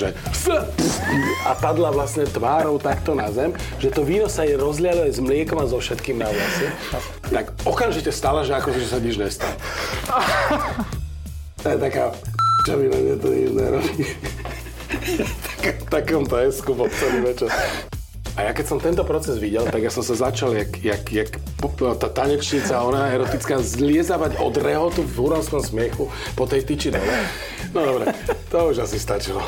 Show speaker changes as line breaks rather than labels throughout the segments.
že f, a padla vlastne tvárou takto na zem, že to víno sa jej rozlialo aj s mliekom a so všetkým na vlastne. Tak okamžite stala, že ako že sa nič nestalo. To je taká, čo mi len to nič nerobí. Tak- takomto esku po celý večer. A ja keď som tento proces videl, tak ja som sa začal, jak, jak, jak pu- no, tá tanečnica, ona erotická, zliezavať od rehotu v huronskom smiechu po tej tyči dole. No dobre, to už asi stačilo.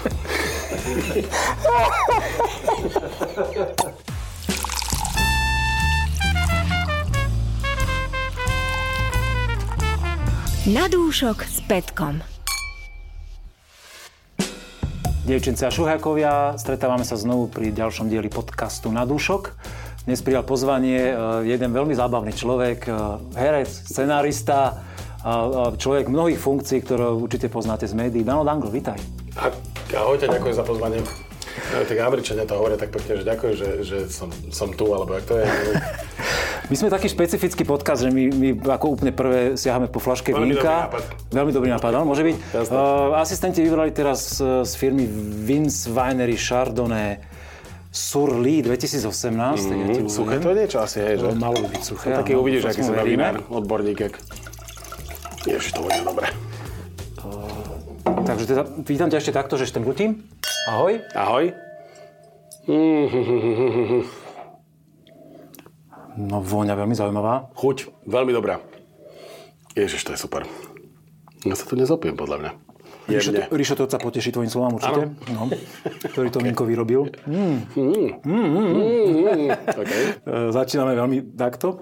Nadúšok s Petkom.
Dievčence a šuhákovia, stretávame sa znovu pri ďalšom dieli podcastu Na dušok. Dnes prijal pozvanie eh, jeden veľmi zábavný človek, eh, herec, scenárista, eh, eh, človek mnohých funkcií, ktoré určite poznáte z médií. Dano Dangl, vitaj.
A, ahojte, ďakujem za pozvanie. No, tak Američania to hovoria tak pekne, že ďakujem, že, že som, som tu, alebo jak to je.
My sme taký špecifický podcast, že my, my ako úplne prvé siahame po flaške
Veľmi
vínka.
dobrý nápad.
Veľmi dobrý nápad, áno, môže byť.
Jasné.
Uh, asistenti vybrali teraz eh, z firmy Vince Winery Chardonnay Surly 2018. tak
Mhm.
ja ti uvedem.
Suché to je niečo asi, hej, že?
Hm, Malo by byť suché.
Taký
áno,
uvidíš,
to
aký
sme
som na
veríme.
vinár, odborník, jak... Ježiš, to bude dobre.
Takže teda, vítam ťa ešte takto, že štrngutím. Ahoj.
Ahoj. Mm-hmm.
No vôňa veľmi zaujímavá.
Chuť veľmi dobrá. Ježiš, to je super. Ja sa tu nezopijem, podľa mňa.
Ríšo,
Jemne.
Ríšo Toca poteší tvojim slovám určite, no, ktorý to Minko vyrobil.
Mm, Okay.
E, začíname veľmi takto.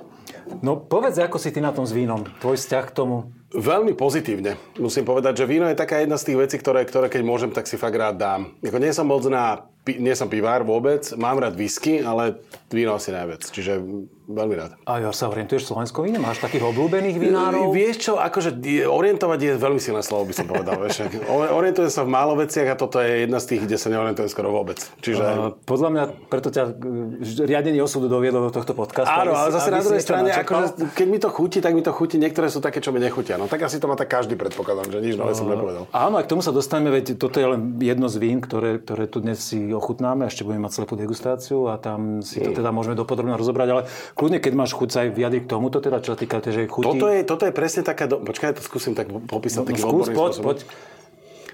No povedz, ako si ty na tom s vínom, tvoj vzťah k tomu.
Veľmi pozitívne. Musím povedať, že víno je taká jedna z tých vecí, ktoré, ktoré keď môžem, tak si fakt rád dám. Jako nie som moc na... pi- Nie som pivár vôbec, mám rád whisky, ale víno asi najviac. Čiže veľmi rád.
A ja sa orientuješ v Slovensko víne? Máš takých obľúbených vinárov?
Vieš čo, akože je- orientovať je veľmi silné slovo, by som povedal. vieš. O- Orientujem sa v málo veciach a toto je jedna z tých, kde sa neorientujem skoro vôbec. Čiže...
E, Podľa mňa, preto ťa e, riadenie osudu doviedlo do tohto podcastu.
Áno, ale
aby si-
zase
aby
na
si
druhej
niečo
strane,
načerpal.
akože, keď mi to chutí, tak mi to chutí. Niektoré sú také, čo mi nechutia. No tak asi to má tak každý, predpokladám, že nič nové som nepovedal.
Áno, a k tomu sa dostaneme, veď toto je len jedno z vín, ktoré, ktoré tu dnes si ochutnáme, ešte budeme mať slepú degustáciu a tam si to teda môžeme dopodrobne rozobrať, ale kľudne, keď máš chuť sa aj vyjadriť k tomuto, teda čo sa týka tej, že chutí.
Toto je, toto je presne taká... Do... Počkaj, ja to skúsim tak popísať.
no,
takým
skús,
odborným
poď,
spôsobom.
poď.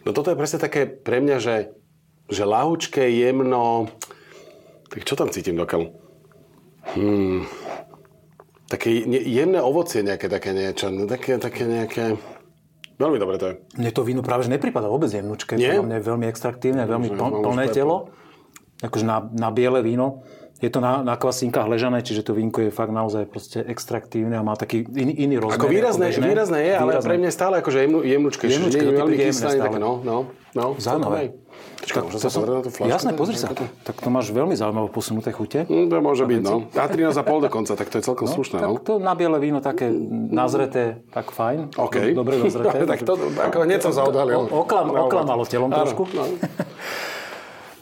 No toto je presne také pre mňa, že, že lahučké, jemno... Tak čo tam cítim do kalu? Hmm. Také je- jemné ovocie nejaké také niečo. no Také, také nejaké... Veľmi dobre to je.
Mne to víno práve že nepripada vôbec jemnučké,
Nie?
podľa mňa je veľmi extraktívne, veľmi
Že
pl-
mám už
plné
pepel.
telo, akože na, na biele víno. Je to na, na kvasinkách ležané, čiže to vínko je fakt naozaj proste extraktívne a má taký iný, iný rozmer.
Ako výrazné,
bežné.
výrazné je, ale pre mňa je stále akože jemnú, jemnúčke. čiže
Jemnúčke,
nie je
no to
veľmi
príjemné
kyslé,
stále.
tak no, no, no.
Zaujímavé.
Čakaj, môžem sa
to som-
pozrieť na tú flašku?
Jasné, pozri sa. Tak to máš veľmi zaujímavo posunuté chute.
Hm, To môže byť, no. A 13,5 dokonca, tak to je celkom slušné, no.
Tak to na biele víno také nazreté, tak fajn.
OK.
Do- Dobre dozreté.
tak to, ako hneď som zaodhalil.
O- oklam-
Naopak.
oklamalo telom
Áno,
trošku.
no.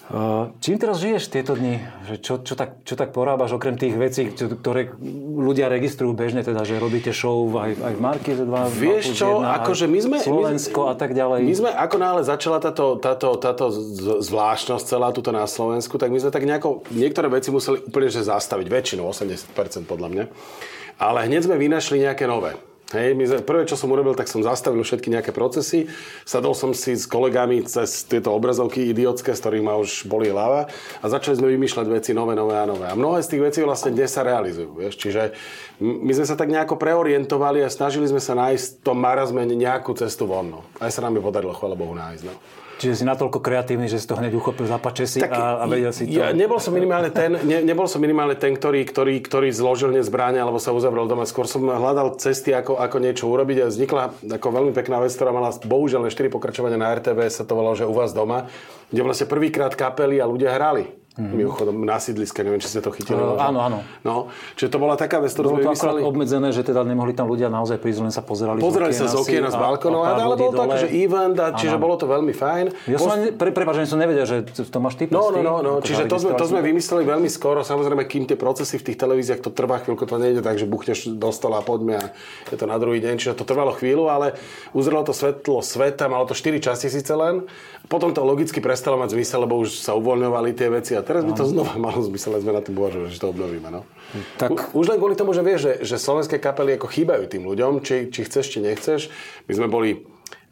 Uh, Čím teraz žiješ tieto dni? Že čo, čo, tak, čo tak porábaš okrem tých vecí, čo, ktoré ľudia registrujú bežne, teda, že robíte show aj, aj v Markize 2,
Vieš čo, akože my sme... my,
Slovensko a tak ďalej.
My sme, ako náhle začala táto, táto, táto z- zvláštnosť celá tuto na Slovensku, tak my sme tak nejako, niektoré veci museli úplne že zastaviť, väčšinu, 80% podľa mňa. Ale hneď sme vynašli nejaké nové. Hej, my sme, prvé, čo som urobil, tak som zastavil všetky nejaké procesy. Sadol som si s kolegami cez tieto obrazovky idiotské, z ktorých ma už boli hlava a začali sme vymýšľať veci nové, nové a nové. A mnohé z tých vecí vlastne dnes sa realizujú. Vieš? Čiže m- my sme sa tak nejako preorientovali a snažili sme sa nájsť v tom marazme nejakú cestu von. No. Aj sa nám ju podarilo, chvála Bohu, nájsť. No.
Čiže si natoľko kreatívny, že si to hneď uchopil, zapače si a, a vedel si to.
Ja, nebol som minimálne ten, ne, nebol som minimálne ten ktorý, ktorý, ktorý zložil nezbráne alebo sa uzavrel doma. Skôr som hľadal cesty, ako, ako niečo urobiť a vznikla ako veľmi pekná vec, ktorá mala bohužiaľ len 4 pokračovania na RTV, sa to volalo, že u vás doma, kde vlastne prvýkrát kapely a ľudia hrali. Mm. Mimochodom, na sídliska, neviem, či ste to chytili.
Eh,
možno.
Mhm. áno, áno.
No, čiže to bola taká vec, ktorú
Bolo
sme
to akorát
vymysleli.
obmedzené, že teda nemohli tam ľudia naozaj prísť, len sa pozerali
Pozerali sa z
si
okiena, z
a-
balkónov,
a pár
ale
ľudí
bolo to
dole.
akože event, a čiže
Áno.
bolo to veľmi fajn.
Ja
Post-
som ani, pre, prepáč, že som nevedel, že to to máš ty
No, no,
prsty.
no, no.
Akože
Čiže to sme, to
zaregistroval
sme
si
vymysleli veľmi skoro. Samozrejme, kým tie procesy v tých televíziách, to trvá chvíľku, to nejde tak, že buchneš do stola a poďme a je to na druhý deň. Čiže to trvalo chvíľu, ale uzrelo to svetlo sveta, malo to 4 časti síce len. Potom to logicky prestalo mať zmysel, lebo už sa uvoľňovali tie veci a teraz by to znova malo zmysel, len sme na tým uvažovali, že to obnovíme. No.
Tak-
U, už len kvôli tomu, že vieš, že, že slovenské kapely ako chýbajú tým ľuďom, či, či chceš, či nechceš. My sme boli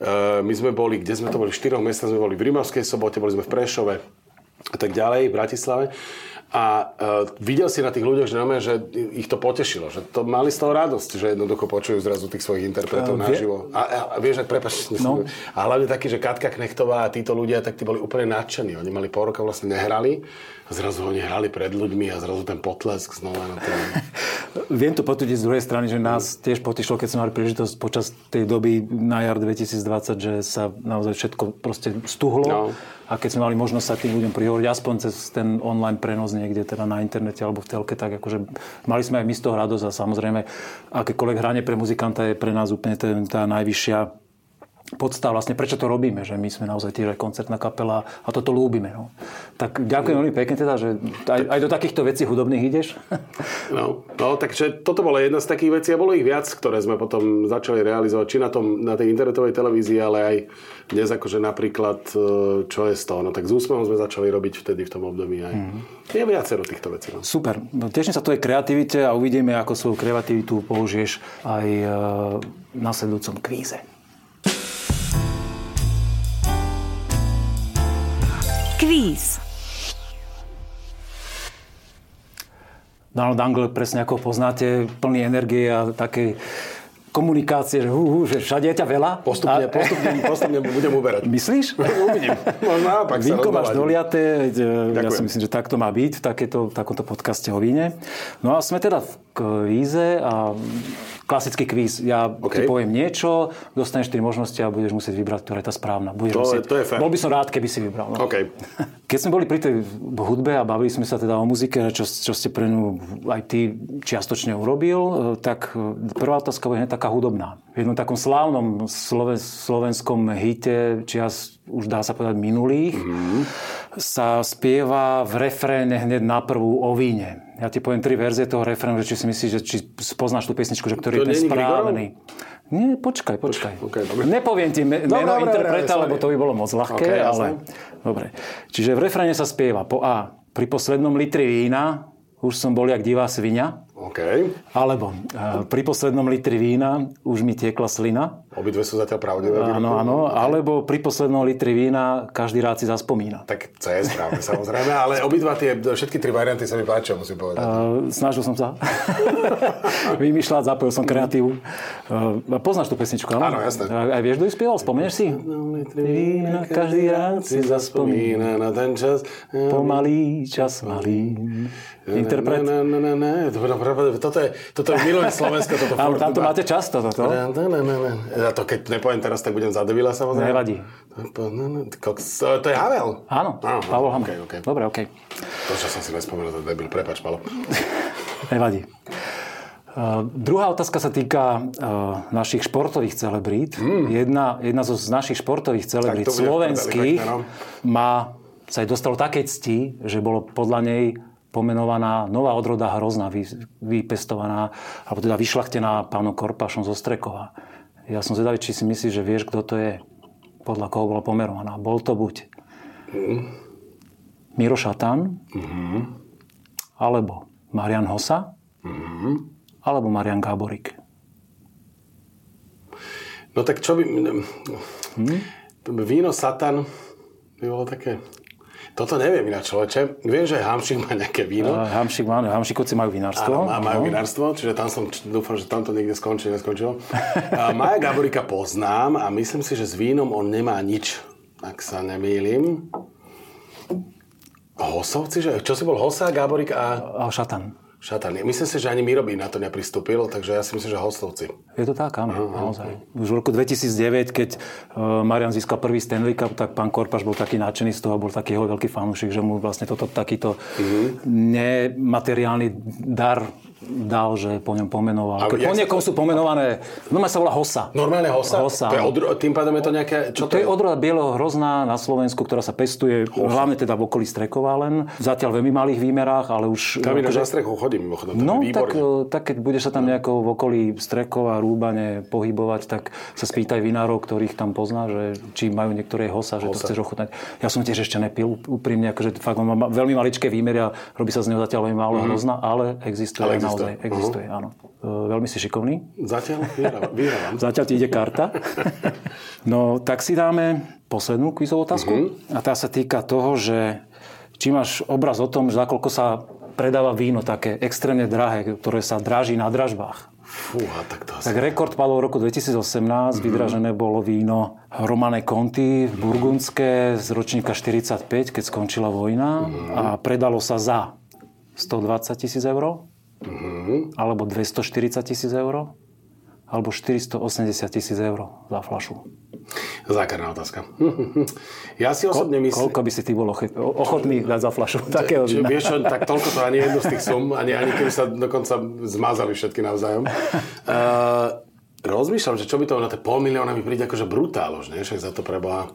Eh, my sme boli, kde sme to boli, v štyroch mestách sme boli, v Rimavskej sobote, boli sme v Prešove a tak ďalej, v Bratislave. A uh, videl si na tých ľuďoch, že, normálne, že ich to potešilo, že to mali z toho radosť, že jednoducho počujú zrazu tých svojich interpretov
Eh, vie-
naživo. A, a, a vieš, ak prepač, no. a hlavne taký, že Katka Knechtová a títo ľudia, tak tí boli úplne nadšení. Oni mali pol roka vlastne nehrali a zrazu oni hrali pred ľuďmi a zrazu ten potlesk znova na to.
Viem to potvrdiť z druhej strany, že nás tiež potešilo, keď sme mali príležitosť počas tej doby na jar 2020, že sa naozaj všetko proste
No.
stuhlo. A keď sme mali možnosť sa tým ľuďom prihovoriť, aspoň cez ten online prenos niekde, teda na internete alebo v telke, tak akože mali sme aj my z toho radosť a samozrejme akékoľvek hranie pre muzikanta je pre nás úplne ten, tá najvyššia podstá vlastne, prečo to robíme, že my sme naozaj tiež aj koncertná kapela a toto ľúbime. No. Tak ďakujem veľmi pekne teda, že aj, aj do takýchto vecí hudobných ideš.
No, no, takže toto bola jedna z takých vecí a bolo ich viac, ktoré sme potom začali realizovať, či na, tom, na tej internetovej televízii, ale aj dnes akože napríklad, e, čo je z toho, no tak s úsmevom sme začali robiť vtedy v tom období aj.
Mhm.
Je viacero týchto vecí. No.
Super. No, Teším sa tvojej kreativite a uvidíme, ako svoju kreativitu použiješ aj e, v nasledujúcom kvíze.
Kvíz.
Donald Angle, presne ako ho poznáte, plný energie a také komunikácie, že, hú, hú, že všade je ťa veľa.
Postupne,
a,
postupne, postupne budem uberať.
Myslíš?
Uvidím. Možno naopak sa
Vínko
rozdávajú.
máš doliaté, veď, e, ja
Ďakujem.
si myslím, že takto má byť v, takéto, v takomto podcaste o víne. No a sme teda v kvíze a klasický kvíz. Ja
OK.
ti poviem niečo, dostaneš 4 možnosti a budeš musieť vybrať, ktorá je tá správna. Budeš
To je-
musieť,
to je fér.
Bol by som rád, keby si vybral. No.
OK.
Keď sme boli pri tej hudbe a bavili sme sa teda o muzike, čo, čo ste pre ňu aj ty čiastočne urobil, e, tak e, prvá otázka bude hneď taká hudobná. V jednom takom slávnom sloven, slovenskom hite, čias už dá sa povedať
Mhm.
minulých, mm-hmm. sa spieva v refréne hneď na prvú o víne. Ja ti poviem tri verzie toho refrénu, že či si myslíš, že či spoznáš tú pesničku, že
To
ktorý je ten
není Grigorov?
správny. Nie, počkaj, počkaj.
Poč- okej, dobre. No,
Nepoviem ti me-
Dobre,
meno
dobre,
interpreta,
dobre,
lebo
sorry.
to by bolo moc ľahké,
Ok, jasné.
ale... Dobre. Čiže v refréne sa spieva po A. Pri poslednom litri vína už som bol jak divá svinia.
OK.
Alebo e, pri poslednom litri vína už mi tiekla slina.
Obidve sú zatiaľ pravdivé.
Áno, áno. Alebo pri poslednom litri vína každý rád si zaspomína. E,
Tak to je správne, samozrejme, ale obidva tie, všetky tri varianty sa mi páčia, musím povedať.
E, Snažil som sa vymýšľať, zapojil som kreatívu. E, Poznáš tú pesničku, áno?
Áno, jasné.
A, a vieš, kto ju spieval? Spomenieš si? Vína každý rád si zaspomína.
na ten čas.
Pomalý čas malý. Interpret.
Ne, ne, ne, ne, Dobre, dobre, dobre, toto je, toto je milé Slovensko, toto
Áno,
furt-
tam to máte často, toto.
Ne, ne, ne, ne, ne. Ja to keď nepoviem teraz, tak budem za debila samozrejme.
Nevadí.
Po- ne, ne, ty koks- To je Havel.
Áno, Pavol Hamel.
okej, okej.
Dobre, okej.
To, čo som si nespomenul, to je debil. Prepač, Palo.
Nevadí. Uh, druhá otázka sa týka uh, našich športových celebrít. Jedna, jedna zo z našich športových celebrít
to bude
slovenských
veľmi
má, sa aj dostalo také cti, že bolo podľa nej pomenovaná nová odroda hrozna, vy, vypestovaná, alebo teda vyšlachtená pánom Korpašom zo Strekova. Ja som zvedavý, či si myslíš, že vieš, kto to je, podľa koho bola pomerovaná. Bol to buď Miro Šatan, alebo Marian Hosa,
Mhm.
alebo Marian Gáborík.
No tak čo by...
Hm?
Víno Satan by bolo také... Toto neviem iná človeče. Viem, že Hamšík má nejaké víno.
Eh, Hamšik, áno, Hamšikovci majú
No.
vinárstvo. No.
Áno, má, majú
Áno.
vinárstvo, čiže tam som, č- dúfam, že tam to niekde skončí, neskončilo. A Maja Gaborika poznám a myslím si, že s vínom on nemá nič, ak sa nemýlim. Hosovci, že? Čo si bol Hosa, Gaborik a
A Šatan.
Šatan. Myslím si, že ani Mirobí na to nepristúpil, takže ja si myslím, že hostovci.
Je to tak, áno,
Mhm.
naozaj. Už v roku 2009, keď uh, Marian získal prvý Stanley Cup, tak pán Korpaš bol taký nadšený z toho, bol taký jeho veľký fanúšik, že mu vlastne toto takýto
Mhm.
nemateriálny dar dal, že po ňom pomenoval.
A
Keď
jak
po
sa
niekom sú pomenované, no sa volá Hosa.
Normálne hosa?
Hosa.
To je odro... Tým pádom je to nejaké... Čo
To je odroda bieleho hrozna na Slovensku, ktorá sa pestuje hlavne teda v okolí Strekova len. Zatiaľ v veľmi malých výmerách, ale už...
Tam ináč
akože-
na strechu chodím, mimochodom.
No,
No,
tak,
výborne. Tak...
e, tak keď budeš sa tam nejako v okolí Strekova, Rúbane pohybovať, tak sa spýtaj vinárov, ktorých tam pozná, že či majú niektoré hosa, že to chceš ochutnať. Ja som tiež ešte nepil úprimne, akože fakt on má veľmi maličké výmery a robí sa z neho zatiaľ veľmi málo hrozna, ale existuje,
Ale
ale
existuje.
naozaj. Existuje, áno. E, Veľmi si šikovný.
Zatiaľ vyhrávam. vyhrávam.
Zatiaľ ti ide karta. No, tak si dáme poslednú kvízovú otázku. A tá sa týka toho, že či máš obraz o tom, že nakoľko sa predáva víno také extrémne drahé, ktoré sa dráži na dražbách.
Fúha, tak to asi...
Tak rekord padol v roku
Mhm.
2018, vydražené bolo víno Romane Conti, burgundské, z ročníka 45, keď skončila
Mhm.
vojna a predalo sa za 120 tisíc eur,
Mhm.
alebo 240 tisíc eur, alebo 480 tisíc eur za flašu.
Zákerná otázka. Ja si osobne myslím...
Koľko by si ty bol oche- o- ochotný dať za flašu takého
Čiže
vína?
vieš čo, tak toľko to ani jednu z tých sum, ani, ani keby sa dokonca zmazali všetky navzájom. Uh, rozmýšľam, že čo by to na tie pol milióna mi príde akože brutál už, nie? Však za to preboha.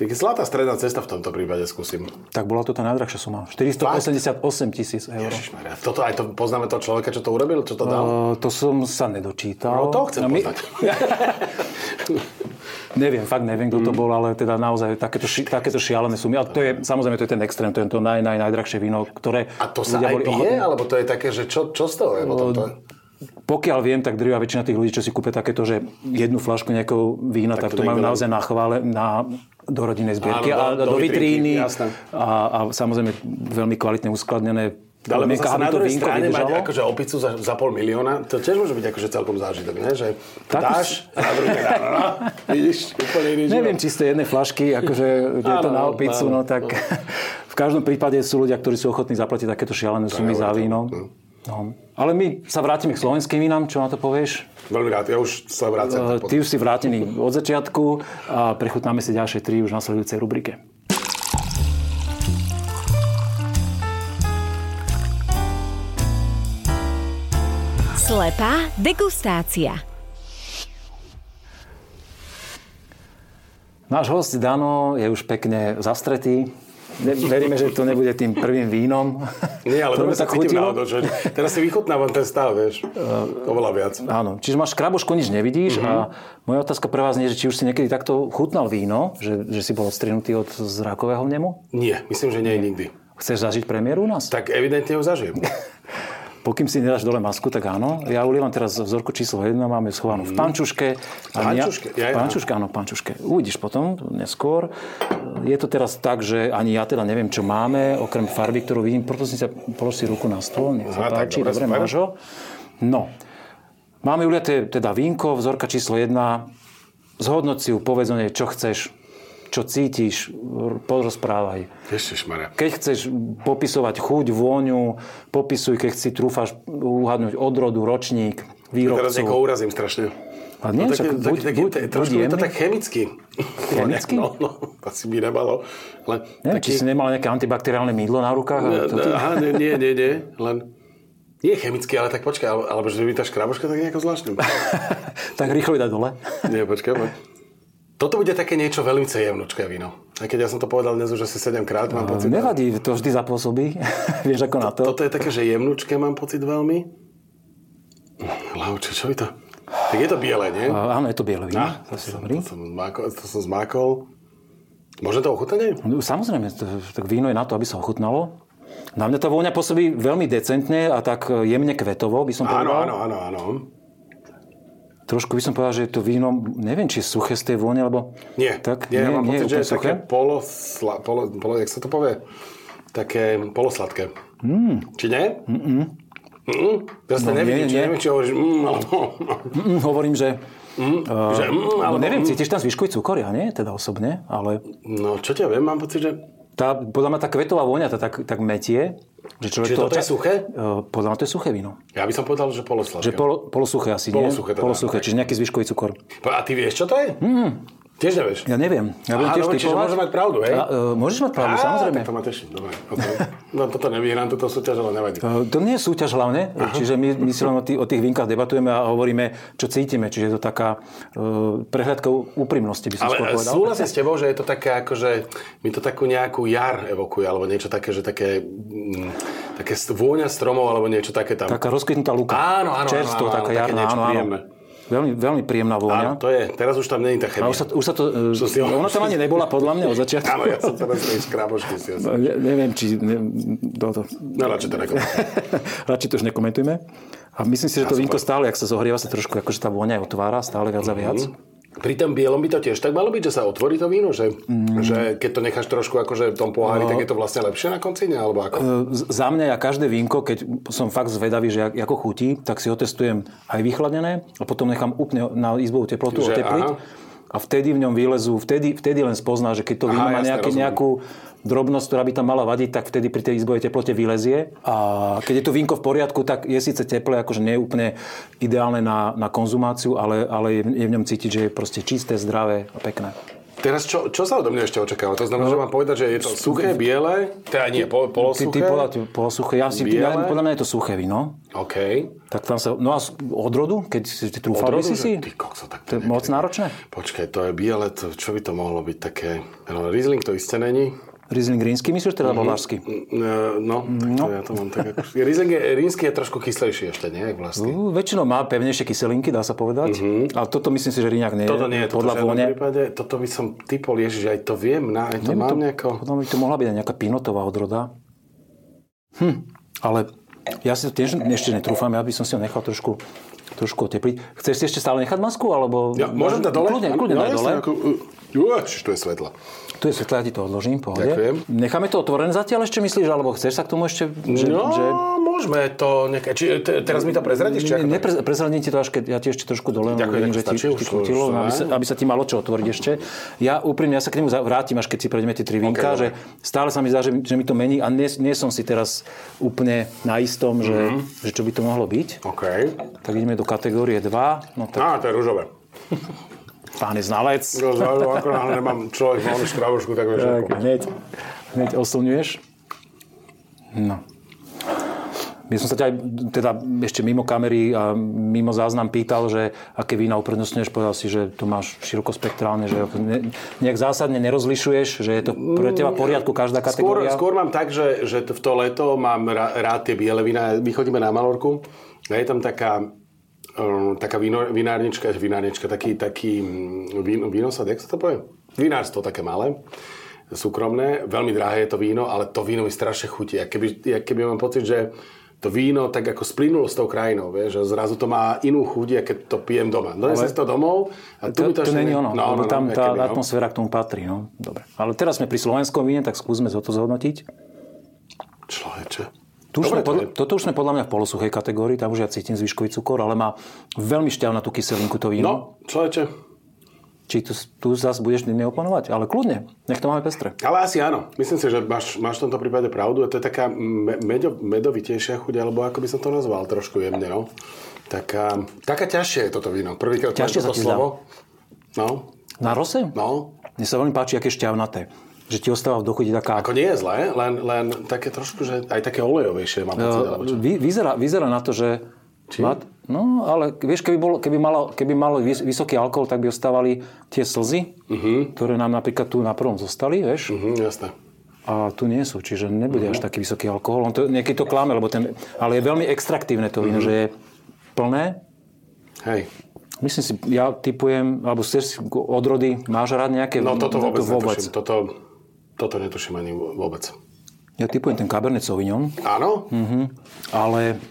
Tak zlatá stredná cesta v tomto prípade skúsim.
Tak bola to tá najdrahšia suma. 488 tisíc eur.
Ježišmarja, toto aj to poznáme toho človeka, čo to urobil, čo to dal.
Eh, To som sa nedočítal.
No to chcem
my-
poznať.
Neviem, fakt neviem, kto to
Mm.
bol, ale teda naozaj takéto, ši, takéto šialené sumy. Ale to je, samozrejme, to je ten extrém, to je to naj, naj, najdrahšie víno, ktoré
A to sa
ľudia
aj
boli
pije?
ochotní-
Alebo to je také, že čo, čo z toho je potom to?
Pokiaľ viem, tak drvivá väčšina tých ľudí, čo si kúpia takéto, že jednu flašku nejakého vína, tak,
to
to majú
niekto-
naozaj na chvále, na, do rodinnej zbierky
Áno,
a
do- do
do,
vitríny,
vitríny.
jasné.
A, a samozrejme veľmi kvalitne uskladnené
Ale
plamienka,
zase
aby
na
to
druhej
vínko
strane mať
vydržalo.
akože opicu za, za pol milióna, to tiež môže byť akože celkom zážitok, ne? Že
Tak
dáš a na druhý deň, no, vidíš, úplne iný život.
Neviem, či z tej jednej flašky, akože je to
Áno,
na opicu,
áno,
no tak v každom prípade sú ľudia, ktorí sú ochotní zaplatiť takéto šialené sumy
je
za
to,
víno. No. Ale my sa vrátime k slovenským vínam, čo na to povieš?
Veľmi rád, No, ja už sa vracam. Uh,
E, Ty už si vrátený od začiatku a prechutnáme si ďalšie tri už v nasledujúcej rubrike.
Slepá degustácia.
Náš host Dano je už pekne zastretý. Ne- Veríme, že to nebude tým prvým vínom.
Nie, ale
ktoré
dobre
mu
sa
tak
cítim
chutilo. No.
náhodou, že teraz si vychutnávam ten stav, vieš, oveľa viac.
Áno, čiže máš krabošku, nič nevidíš a moja otázka pre vás je, že či už si niekedy takto chutnal víno, že, že si bol odstrihnutý od zrakového vnemu?
Nie, myslím, že nie je nikdy.
Chceš zažiť premiéru u nás?
Tak evidentne ho zažijem.
Pokým si nedáš dole masku, tak áno. Ja ulievam teraz vzorku číslo 1, máme ju schovanú v pančuške.
Mhm.
A
pančuške? Ja,
Ja,
ja.
v pančuške, áno, v pančuške. Uvidíš potom, neskôr. Je to teraz tak, že ani ja teda neviem, čo máme, okrem farby, ktorú vidím. Prosím ťa, polož si ruku na stôl, nech sa
Aha, tak
páči.
dobre,
Dobre,
super.
máš ho. No, máme Julia te- teda vínko, vzorka číslo 1. Zhodnoť si ju, povedz o nej, čo chceš, čo cítiš, r- porozprávaj.
Ježišmarja.
Keď chceš popisovať chuť, vôňu, popisuj, keď si trúfaš uhadnúť odrodu, ročník,
Teraz niekoho
výrobcu.
urazím strašne. No,
A nie,
taký-
však
taký-
buď-
taký-
buď-
taký-
buď
trošku je to
jemný.
tak chemicky.
Chemicky?
No, no, asi by nebalo. Len
Neviem, či si nemal nejaké antibakteriálne mydlo na rukách? ale to ty...
Aha, nie, nie, nie, nie, len... Nie chemicky, ale tak počkaj, ale- alebo že by tá škraboška tak nejako zvláštne.
tak rýchlo ju daj dole.
nie, počkaj, poď. Toto bude také niečo veľmi jemnočké víno. A keď ja som to povedal dnes už asi 7 krát,
No.
mám pocit.
Nevadí, to vždy zapôsobí. Vieš ako na to.
Toto je také, že jemnúčke mám pocit veľmi. Lauče, čo je to? Tak je to biele, nie?
Áno, je to biele víno.
Á,
to si dobrý.
To som zmákol. To som zmákol. Môže to ochutnanie?
No, Samozrejme, to, tak víno je na to, aby sa ochutnalo. Na mňa tá vôňa pôsobí veľmi decentne a tak jemne kvetovo, by som
Áno,
povedal.
áno, áno, áno.
Trošku by som povedal, že je to víno, neviem, či je suché z tej vône, lebo...
Nie,
tak,
nie,
nie,
ja mám
nie
pocit, že
je
je
úplne
také
suché.
polosla, polo, polo, jak sa to povie? Také polosladké. Mm. Či nie? Mm-mm. Mm-mm. Ja sa
No,
nevidím,
nie,
či
nie.
neviem, či hovoríš mm, alebo...
Mm, hovorím, že...
že, mm, alebo
Neviem,
mm.
cítiš tam zvyšku cukoria, nie? Teda osobne, ale
No, čo ťa viem, mám pocit, že...
tá, podľa mňa tá kvetová vôňa, tá tak, tak metie. Že človek
Čiže
to
toto je
oča-
suché?
Eh, Podľa mňa to je suché víno.
Ja by som povedal, že polosladké.
Že polo, polosuché asi,
Polosuché
nie?
teda,
polosuché,
tak.
čiže nejaký zvyškový cukor.
A ty vieš, čo to je? Mm. Tiež nevieš?
Mhm. Ja neviem. Ja budem
Aha,
tiež
dobre, čiže
typovať.
môžem mať pravdu, hej?
A, eh, môžeš mať pravdu,
Á,
samozrejme.
tak To ma teší, dobre. Okay. No toto nevyhrám, toto súťaž, ale nevadí.
Eh, To nie je súťaž hlavne, e, čiže my, my si len o, tých, o tých vinkách debatujeme a hovoríme, čo cítime. Čiže je to taká uh, prehľadka úprimnosti, by som skôr
Ale
povedal.
súhlasím s tebou, že je to také akože, mi to takú nejakú jar evokuje, alebo niečo také, že také, mm, také st- vôňa stromov, alebo niečo také tam.
Taká rozkvitnutá luka.
Áno, áno, áno, áno,
Čerstvo,
áno,
taká
také
jarná,
niečo
áno, áno.
príjemné.
Veľmi, veľmi príjemná vôňa.
Áno, to je, teraz už tam není tá
a
chemia.
už sa, už sa to...
Som si-
eh, Ona tam ani nebola podľa mňa od začiatku.
Áno, ja som teraz tej škrabošky si asi.
Ne- neviem, či... Ne, do to,
No, radšej to nekomentujem.
radšej to už nekomentujme. A myslím si, že
Ja som
to vínko stále, ak sa zohrieva, sa trošku akože tá vôňa aj otvára stále viac a
Mhm.
viac.
Pri tom bielom by to tiež tak malo byť, že sa otvorí to víno, že, že keď to necháš trošku akože v tom pohári, tak je to vlastne lepšie na konci, ne? alebo ako?
Ehm, Z- Za mňa ja každé vínko, keď som fakt zvedavý, že jak- ako chutí, tak si ho testujem aj vychladené a potom nechám úplne na izbovú teplotu
Že
otepliť.
aha.
A vtedy v ňom vylezú, vtedy, vtedy len spozná, že keď to
Aha,
víno má
jasné,
nejaký,
rozumiem.
nejakú drobnosť, ktorá by tam mala vadiť, tak vtedy pri tej izbovej teplote vylezie. A keď je to vínko v poriadku, tak je síce teplé, akože nie je úplne ideálne na, na konzumáciu, ale, ale je, v- je v ňom cítiť, že je proste čisté, zdravé a pekné.
Teraz čo, čo sa odo mňa ešte očakáva? To znamená, že mám povedať, že je to suché, biele, No. teda nie, po,
Ty,
polosuché.
ty podľa, polosuché, ja si, ja,
Biele?
podľa mňa je to suché víno.
OK.
Tak tam sa... No a z- odrodu, keď si ty trúfal by
Odrodu,
si
že-
si?
Ty kokso, tak
To je moc náročné.
Počkaj, to je biele, to, čo by to mohlo byť také? No, Riesling to isté není.
Riesling rínsky, myslíš teda
Mhm.
bolgársky?
E, No, no. ja to mám tak ako... Riesling je, rínsky je trošku kyslejší ešte, nie? Jak vlastne.
Uh, Väčšinou má pevnejšie kyselinky, dá sa povedať. Ale toto myslím si, že riňak nie
Mhm.
je.
Toto nie, toto
Podľa
v žiadnom
vône.
prípade, toto by som typol, ježiš, aj to viem, na, aj to
Neviem,
mám
to-
nejako.
Podľa mňa by to mohla byť aj nejaká pinotová odroda. Hm, ale ja si to tiež ešte netrúfam, ja by som si ho nechal trošku trošku otepliť. Chceš si ešte stále nechať masku? Alebo...
Ja, môžem dať dole?
No, Kľudne, kľudne
no,
daj
jasne,
dole.
Ako, uh, ježiš, to je svetla.
Tu je svetlo, ja ti to odložím, pohode.
Ďakujem.
Necháme to otvorené zatiaľ ešte, myslíš? Alebo chceš sa k tomu ešte... Že,
No,
že...
môžeme to neka... Či, e, te, teraz mi to prezradíš? Či ako to je?
Nepre- prezradím ti to až keď ja ti ešte trošku dole, lebo
Ďakujem,
vidím,
tak
že ti,
stačí,
ti
už-
chutilo,
už sa
aby, sa,
dá.
aby sa ti malo čo otvoriť ešte. Ja úprimne, ja sa k nemu za- vrátim, až keď si prejdeme tie tri vinka,
dobre.
že stále sa mi zdá, že, mi- že mi to mení a nie, nie som si teraz úplne na istom, že,
Mhm.
že čo by to mohlo byť.
OK.
Tak ideme do kategórie 2. No tak
Á, to je rúžové.
pán je znalec.
No, zaujímavé, ako náhle nemám človek veľmi škrabošku, tak vieš
Tak,
ako.
hneď, hneď osunieš. No. Ja som sa ťa aj, teda ešte mimo kamery a mimo záznam pýtal, že aké vína uprednostňuješ, povedal si, že to máš širokospektrálne, že ako ne, nejak zásadne nerozlišuješ, že je to pre teba v poriadku každá
Skôr,
kategória.
skôr mám tak, že, že to- v to leto mám ra- rád tie biele vína. My chodíme na Malorku a je tam taká um, taká vino, vinárnička, vinárnička, taký, taký mm, vín, vínosad, jak sa to povie? Vinárstvo také malé, súkromné, veľmi drahé je to víno, ale to víno mi strašne chutí. Ja keby, ja keby mám pocit, že to víno tak ako splynulo s tou krajinou, vieš, že zrazu to má inú chuť, keď to pijem doma. Donesem
Ale-
si to domov a tu mi
To,
to,
to, to
ešte
není
ne-
ono, no, lebo tam
ja
tá
keby,
atmosféra k tomu patrí. No. Dobre. Ale teraz sme pri slovenskom víne, tak skúsme to zhodnotiť.
Človeče.
Tu už
Dobre
sme
to
podľa,
je.
toto už sme podľa mňa v polosuchej kategórii, tam už ja cítim zvyškový cukor, ale má veľmi šťavnatú kyselinku to víno.
No, človeče,
Či tu, tu zase budeš neoponovať, ale kľudne, nech to máme pestre.
Ale asi áno. Myslím si, že máš, máš v tomto prípade pravdu. A to je taká me- medo, medovitejšia chuť, alebo ako by som to nazval, trošku jemne, no. Taká, taká ťažšie je toto víno. Prvýkrát mám
Ťažšie sa
toto
ti
slovo. No,
Na rose?
no.
Mne sa veľmi páči, aké šťavnaté. Že ti ostáva v dochuti taká...
Ako nie je zlé, len, len také trošku, že aj také olejovejšie mám pocit. alebo čo.
Eh, vy, vyzerá, vyzerá na to, že... Či? No, ale vieš, keby, bol, keby, malo, keby malo vys- vysoký alkohol, tak by ostávali tie slzy, ktoré nám napríklad tu na prvom zostali, vieš?
Mhm, jasné.
A tu nie sú, čiže nebude
Mhm.
až taký vysoký alkohol. On to, niekedy to klame, lebo ten, ale je veľmi extraktívne to víno,
Mhm.
že je plné.
Hej.
Myslím si, ja typujem, alebo chceš si odrody, máš rád nejaké?
No toto vôbec,
to Mm, vôbec.
netuším. Toto, toto netuším ani vôbec.
Ja typujem ten Cabernet Sauvignon,
Áno?
Hm. ale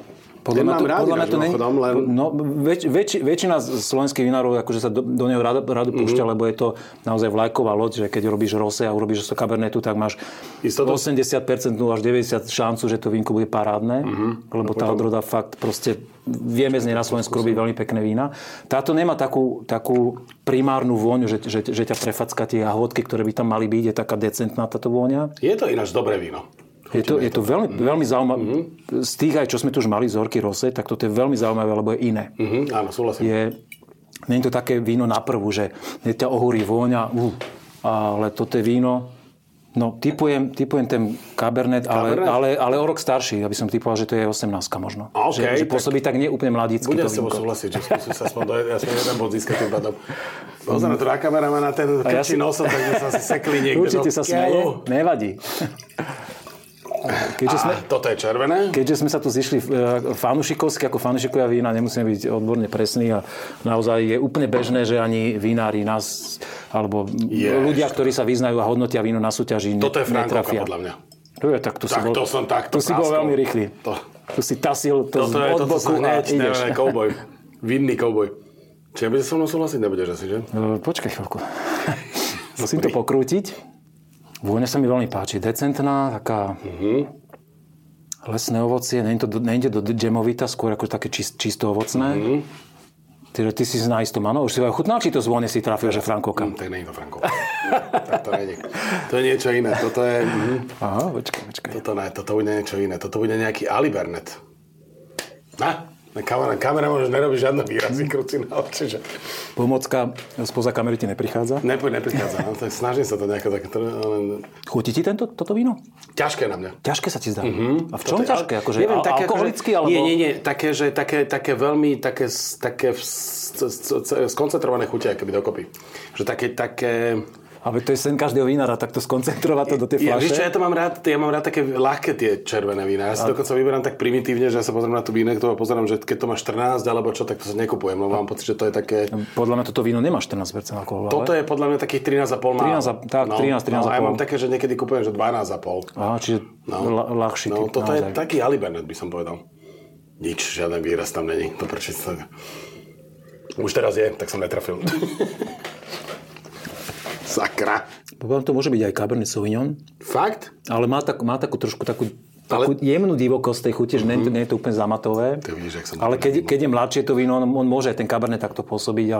podľa
Ten
mňa
mám
to,
rád
podľa mňa
ináč
to není-
mimochodom, len-
No, väč, väč, väčšina z slovenských vinárov akože sa do, do neho rado, rado
Mhm.
púšťa, lebo je to naozaj vlajková loď, že keď robíš rose a urobíš to Cabernetu, tak máš
Istotu?
80% až 90 šancu, že to vínko bude parádne,
Mhm.
lebo tá odroda fakt proste vieme z nej na Slovensku robiť veľmi pekné vína. Táto nemá takú, takú primárnu vôňu, že, že, že ťa prefacka tie jahodky, ktoré by tam mali byť, je taká decentná táto vôňa.
Je to ináč dobré víno.
Je to, je to veľmi, veľmi zaujímavé.
Mhm.
Z tých aj, čo sme tu už mali, Zorky Rose, tak toto je veľmi zaujímavé, lebo je iné.
Mhm, áno, súhlasím.
Je, nie je to také víno na prvú, že hneď ťa ohúri vôňa, uh, ale toto je víno, no typujem, typujem ten Cabernet, ale,
Cabernet?
ale, ale o rok starší, aby som typoval, že to je 18 možno.
A okej,
že, že
tak-
pôsobí tak neúplne mladícky
Budem
to
s tebou
vínko.
súhlasiť, že skúsim sa aspoň do ja som jeden bod získať tým pádom. Pozor na to na kameramana, ten
ja
krčí
si-
nosom, tak sme sa asi sekli niekde. no.
Určite
do
sa
keľu.
smeje, nevadí. Keďže sme,
A toto je červené?
Keďže sme sa tu zišli e, fanušikovsky, ako fanušikovia vína, nemusíme byť odborne presní a naozaj je úplne bežné, že ani vinári nás, alebo
Jež.
ľudia, ktorí sa vyznajú a hodnotia víno na súťaži, ne-
Toto je Frankovka,
netrafia.
podľa mňa.
To je, tak tu si
Tak
bol,
to som takto
tu si bol
praskol.
veľmi rýchly.
To.
Tu si tasil to z,
Toto je
od
toto sa
boku a
hneď,
ideš.
neviem, kouboj. Vinný kouboj. Čiže budeš so mnou súhlasiť, nebudeš asi, že?
E, Počkaj chvíľku. Musím to pokrútiť. Vôňa sa mi veľmi páči. Decentná, taká
Mhm.
lesné ovocie. Není to do- nejde do džemovita, skôr ako také čist, čisto ovocné.
Mhm.
Ty, ty si naistom, áno? Už si aj chutná, či to zvone si trafil, že Frankovka?
Hm, Tak nie je to Frankovka. tak to nie je. To je niečo iné. Toto je... mhm.
Aha, počkaj, počkaj.
Toto ne, toto bude niečo iné. Toto bude nejaký Alibernet. Na, na kamera, kamera už nerobí žiadne výrazy, kruci na oči, že...
Pomocka spoza kamery ti neprichádza.
Nepo, neprichádza, no, tak snažím sa to nejako také... ale
Chutí ti tento, toto víno?
Ťažké na mňa.
Ťažké sa ti zdá. A v čom
Mhm. Toto je-
ťažké?
ale-
Akože,
neviem,
a-
také,
alkoholicky?
akože-
Alebo...
Nie, nie, nie. Také, že, také, také veľmi také, s- také s- s- s- s- skoncentrované chute, akoby dokopy. Že také, také...
Ale to je sen každého vínára, takto skoncentrovať to do tej
Ja,
fľaše.
vieš čo, ja to mám rád, ja mám rád také ľahké tie červené vína. Ja si dokonca vyberám tak primitívne, že ja sa pozriem na tú vínektu a pozerám, že keď to má 14 alebo čo, tak to sa nekupujem, lebo mám pocit, že to je také...
Podľa mňa toto víno nemá 14% alkoholu.
Toto je
ale...
podľa mňa takých 13,5 málo.
13 a- tak,
No,
13,
a ja
13,5.
mám také, že niekedy kupujem, že 12,5.
Aha, čiže
No.
no. ľahší
No,
typ
toto je
naozaj.
taký Alibernet, by som povedal. Nič, žiaden výraz tam není. To prečo sa... Už teraz je, tak som netrafil. Sakra.
Podľa mňa to môže byť aj Cabernet Sauvignon,
Fakt?
ale má, tak, má takú trošku takú,
Ale- Mhm.
takú jemnú divokosť tej chuti, že nie, je to- nie je to úplne zamatové.
Ty vidíš, jak som to
ale keď, keď je mladšie to víno, on, on môže aj ten Cabernet takto pôsobiť. A,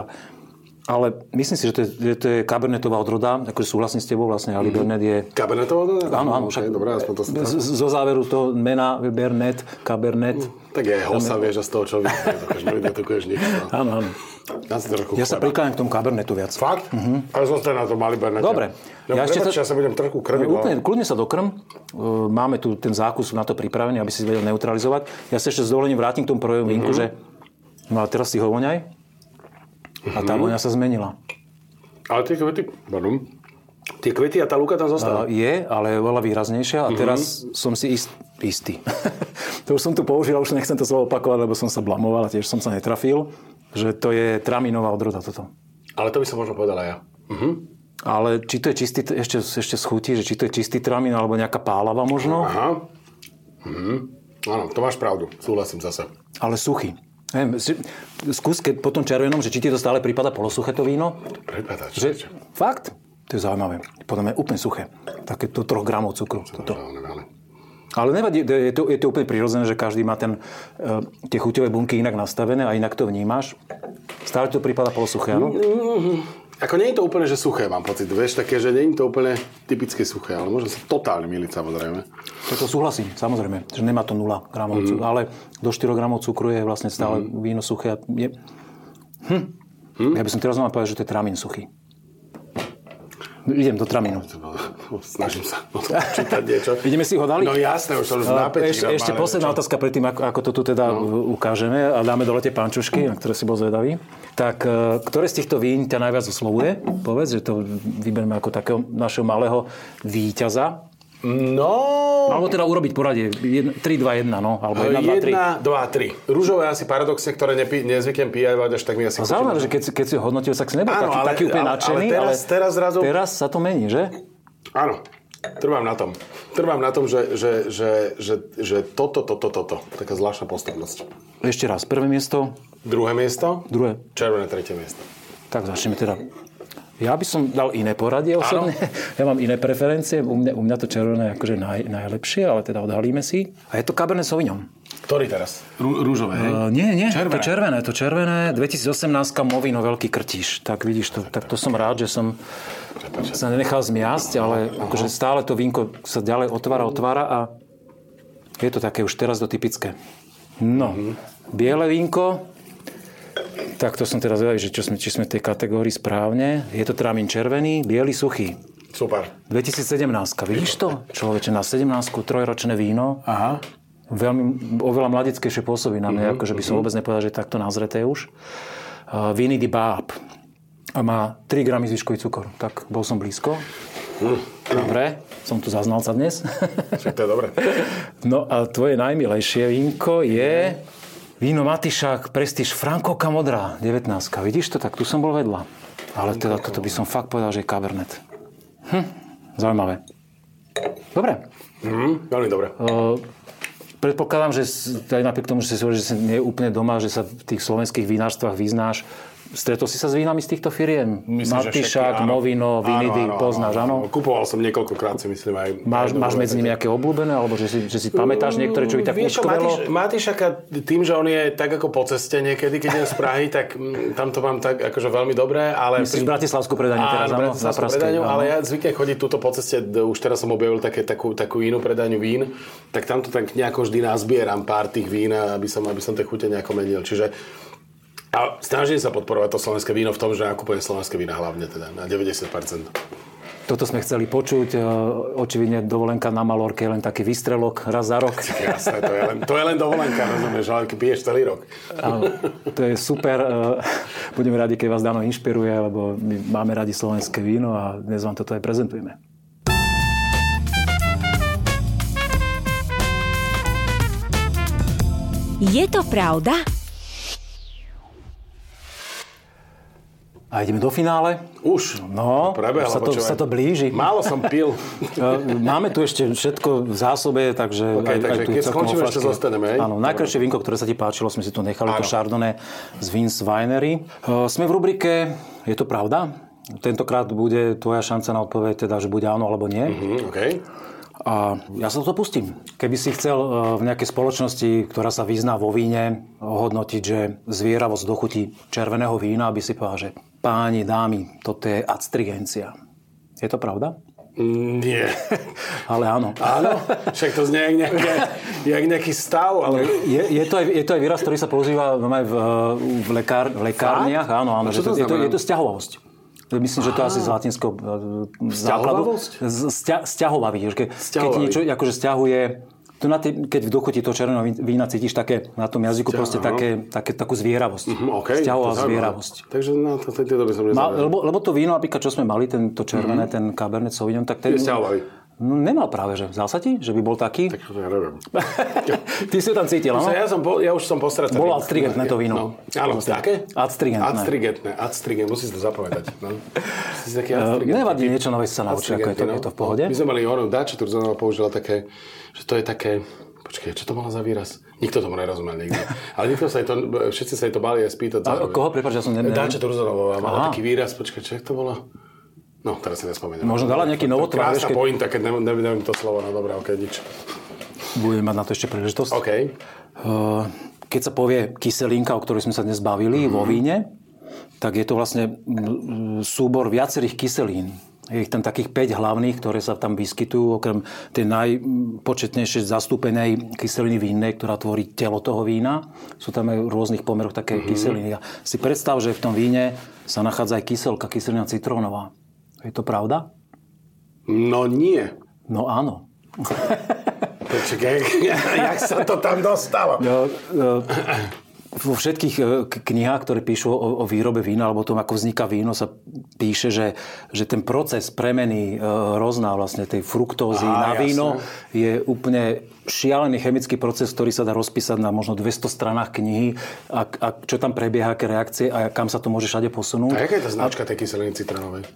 ale myslím si, že to je, že to je Cabernetová odroda, akože súhlasím s
Mhm.
tebou, vlastne Ali Bernet je...
Kabernetovo?
Áno, áno,
však.
však
Dobre, aspoň to
z,
sa...
zo záveru toho mena Bernet, Cabernet.
Tak je hosa, vieš, a z toho čo vidíš, nedokážeš, nedokuješ nič. No.
Áno, áno.
Dám si trochu
Ja sa
chleba.
prikláňam k tomu Cabernetu viac.
Fakt? Ale zostane na tom Alibernete.
Dobre.
Ja, ešte sa... ja sa budem trochu krviť.
No, úplne, kľudne sa dokrm. E, Máme tu ten zákus na to pripravený, aby si vedel neutralizovať. Ja sa ešte s dovolením vrátim k tomu prvému vínku, že no a teraz si ho voňaj. A tá voňa sa zmenila.
Ale tie kvety, pardon, tie kvety a tá luka tam zostala.
E, Je, ale je oveľa výraznejšia a teraz som si ist, istý. to už som tu použil, a už nechcem to slovo opakovať, lebo som sa blamoval a tiež som sa netrafil, že to je traminová odroda toto.
Ale to by som možno povedal aj ja.
Ale či to je čistý, ešte, ešte schutí, že či to je čistý tramín alebo nejaká pálava možno?
Aha. Mhm. Áno, to máš pravdu. Súhlasím zase.
Ale suchý. Neviem, si- skús keď po tom červenom, že či ti to stále prípada polosuché to víno.
Prepadáč.
Že, fakt? To je zaujímavé. Podľa mňa je úplne suché. Také to 3 gramov cukru. Toto.
No,
Ale nevadí, to- je to, je to úplne prirodzené, že každý má ten, e, tie chuťové bunky inak nastavené a inak to vnímaš. Stále to prípada polosuché, áno?
Ako nie je to úplne, že suché, mám pocit. Vieš, také, že nie je to úplne typické suché, ale môžem sa totálne miliť, samozrejme.
To súhlasím, samozrejme, že nemá to 0 gramov cukru, ale do 4 gramov cukru je vlastne stále víno suché. a Je... Hm. Ja by som teraz mal povedať, že to je tramín suchý. Idem do tramínu.
Snažím sa čítať niečo.
Ideme si ho dali?
No jasné, už som v napätí.
Ešte, ešte
normálne,
posledná
čo?
otázka predtým, ako, ako to tu teda no. ukážeme a dáme dole tie pančušky, na ktoré si bol zvedavý. Tak e, ktoré z týchto vín ťa najviac oslovuje? Povedz, že to vyberieme ako takého našeho malého víťaza.
No,
Alebo teda urobiť poradie. 3, 2, 1, no. Alebo 1, 2, 3.
1, 2, 3. Rúžové asi paradoxne, ktoré nepí, nezvykem pijať, až tak mi asi...
A No, Zaujímavé, že keď, si- keď si ho hodnotil, tak si nebol
Áno,
taký,
ale-
taký úplne
ale- ale
nadšený.
teraz- teraz zrazu-
Teraz sa to mení, že?
Áno, trvám na tom. Trvám na tom, že, že, že, že, že toto, toto, toto. Taká zvláštna postupnosť.
Ešte raz, prvé miesto,
Druhé miesto,
druhé.
červené tretie miesto.
Tak začneme teda. Ja by som dal iné poradie osobne. Ano. Ja mám iné preferencie. U mňa, u mňa to červené je akože naj, najlepšie, ale teda odhalíme si. A je to Cabernet Sauvignon.
Ktorý teraz? Rú, rúžové, hej?
Uh, nie, nie,
Červené.
červené. to červené, to červené, 2018 Movino Veľký Krtiš. Tak vidíš, to, tak to som rád, že som sa nenechal zmiasť, ale akože stále to vínko sa ďalej otvára, otvára a je to také už teraz do typické. No, biele vínko, tak to som teraz zvedavý, že čo sme, či sme v tej kategórii správne. Je to trámin červený, biely, suchý.
Super.
2017, vidíš to? Človeče, na 17 trojročné víno
Aha.
veľmi, oveľa mladeckejšie pôsobí na mňa, mm-hmm. akože by som vôbec nepovedal, že je takto nazreté už. Uh, Viny di Báb. A má 3 gramy zvyškový cukor. Tak bol som blízko. Dobre, som tu zaznalca dnes.
Však to je dobre.
no a tvoje najmilejšie vínko je... Víno Matišák, prestíž Frankovka modrá, 19. Vidíš to? Tak tu som bol vedľa. Ale teda toto by som fakt povedal, že je Cabernet. Hm, zaujímavé. Dobre,
Mhm, veľmi dobre.
Uh, predpokladám, že s- aj napriek tomu, že si hovoril, že si nie je úplne doma, že sa v tých slovenských vinárstvách vyznáš, stretol si sa s vínami z týchto firiem?
že všetky,
Matišák,
áno.
Movino,
Áno,
Vinidy,
áno,
poznáš, áno?
Kupoval som niekoľkokrát, si myslím aj.
Máš,
aj dobré
máš medzi
veci.
nimi nejaké obľúbené, alebo že si, že si pamätáš niektoré, čo by tak
Mm, Vieš čo, Matiš,
uškvelo?
Matišaka, tým, že on je tak ako po ceste niekedy, keď idem z Prahy, tak mm, tam to mám tak akože veľmi dobré, ale...
Myslíš Bratislavskú predanie
Áno,
teraz, áno?
Bratislavskú
Zapraskej,
predaniu,
áno.
ale ja zvyknem chodiť túto po ceste, d- už teraz som objavil také, takú, takú inú predaniu vín, tak tamto tak nejako vždy nazbieram pár tých vín, aby som, aby som tie chute nejako menil. Čiže a snažím sa podporovať to slovenské víno v tom, že nakupujem slovenské vína hlavne teda na 90%.
Toto sme chceli počuť. eh, Očividne dovolenka na Malorke je len taký výstrelok raz za rok.
Jasné, to je len, to je len dovolenka, rozumieš, ale keď piješ celý rok.
Áno, to je super. eh, Budeme radi, keď vás Dano inšpiruje, lebo my máme radi slovenské víno a dnes vám toto aj prezentujeme.
Je to pravda?
A ideme do finále.
Už.
No,
Prebehlo,
už sa, to,
počúvaj.
sa to blíži.
Málo som pil.
E, Máme tu ešte všetko v zásobe, takže...
Ok, takže
tu
keď
celkom
skončíme,
vo
ešte
flaške.
zostaneme, hej?
Áno, najkrajšie vínko, ktoré sa ti páčilo, sme si tu nechali, to
Áno.
Chardonnay z Vins Winery. E, Sme v rubrike Je to pravda? Tentokrát bude tvoja šanca na odpoveď, teda, že bude áno alebo nie.
Hm, OK.
A ja sa to pustím. Keby si chcel e, v nejakej spoločnosti, ktorá sa vyzná vo víne, ohodnotiť, že zvieravosť dochutí červeného vína, aby si povedal, že páni, dámy, toto je adstrigencia. Je to pravda?
Mm, Nie.
Ale áno.
Áno, však to znie jak, nejaké, jak nejaký stav, ale...
Je, je, to aj, je to aj výraz, ktorý sa používa normálne v, e, v, lekár, v lekárniach. Áno, áno.
A čo to
že je, to,
znamená?
je to sťahovavosť. Myslím, že to asi z latinského e, základu.
Sťahovavosť?
Z- Sťa, sťahovavý. že Ke, keď
Sťahovavý.
niečo akože sťahuje... To na tie, keď v dochuti toho červeného vín- vína cítiš také, na tom jazyku proste také, také, takú zvieravosť.
Hm, OK. to
Sťahová
zaujímavé.
zvieravosť.
Takže no, to, to, to, to by som
Ma,
nezavedel.
lebo, lebo to víno, napríklad, čo sme mali, ten, to červené, ten Cabernet Sauvignon, tak ten...
Mhm. Je sťahovavý.
No, nemal práve, že? Zdal sa ti, že by bol taký?
Tak to ja neviem.
Ty si ho tam cítil, áno?
Sa- Ja, som, po- ja už som postracený.
No. Bolo adstrigentné to víno.
No. Áno, také?
Adstrigentné.
Adstrigentné, adstrigentné, musíš to zapovedať. No. Si taký
Uh,
adstrigentný.
nevadí, niečo nové sa naučil, ako je to,
Adstrigentný,
je to v pohode.
no. My sme mali ono, Dača Turzanová použila také, že to je také, počkaj, čo to bolo za výraz? Nikto tomu nerozumel nikdy. Ale nikto sa jej to, všetci sa jej to bali aj spýtať.
A koho, prepáč, ja som ne, ne,
Dača Turzanová mala
Aha.
taký výraz, počkaj, čo to bolo? No, teraz si nespomeniem.
Možno dala nejaký novotvar, vieš,
Krásna
keď-
pointa, keď neviem, neviem, neviem to slovo, no dobré, ok, nič.
budeme mať na to ešte príležitosť.
OK.
Uh, keď sa povie kyselinka, o ktorej sme sa dnes bavili vo víne, tak je to vlastne mm, súbor viacerých kyselín. Je ich tam takých 5 hlavných, ktoré sa tam vyskytujú, okrem tej najpočetnejšie zastúpenej kyseliny vínnej, ktorá tvorí telo toho vína. Sú tam aj v rôznych pomeroch také mm-hmm. kyseliny. A si predstav, že v tom víne sa nachádza aj kyselka, kyselina citrónová. Je to pravda?
No nie.
No áno.
Počkaj, jak sa to tam dostalo?
No, no, vo všetkých e, k- knihách, ktoré píšu o, o výrobe vína, alebo o tom, ako vzniká víno, sa píše, že, že ten proces premeny e, rozná vlastne tej fruktózy
Á,
na
jasné.
víno je úplne šialený chemický proces, ktorý sa dá rozpísať na možno 200 stranách knihy a, a čo tam prebieha, aké reakcie a kam sa to môže všade posunúť.
A jaká je tá značka tej kyseliny citrónovej?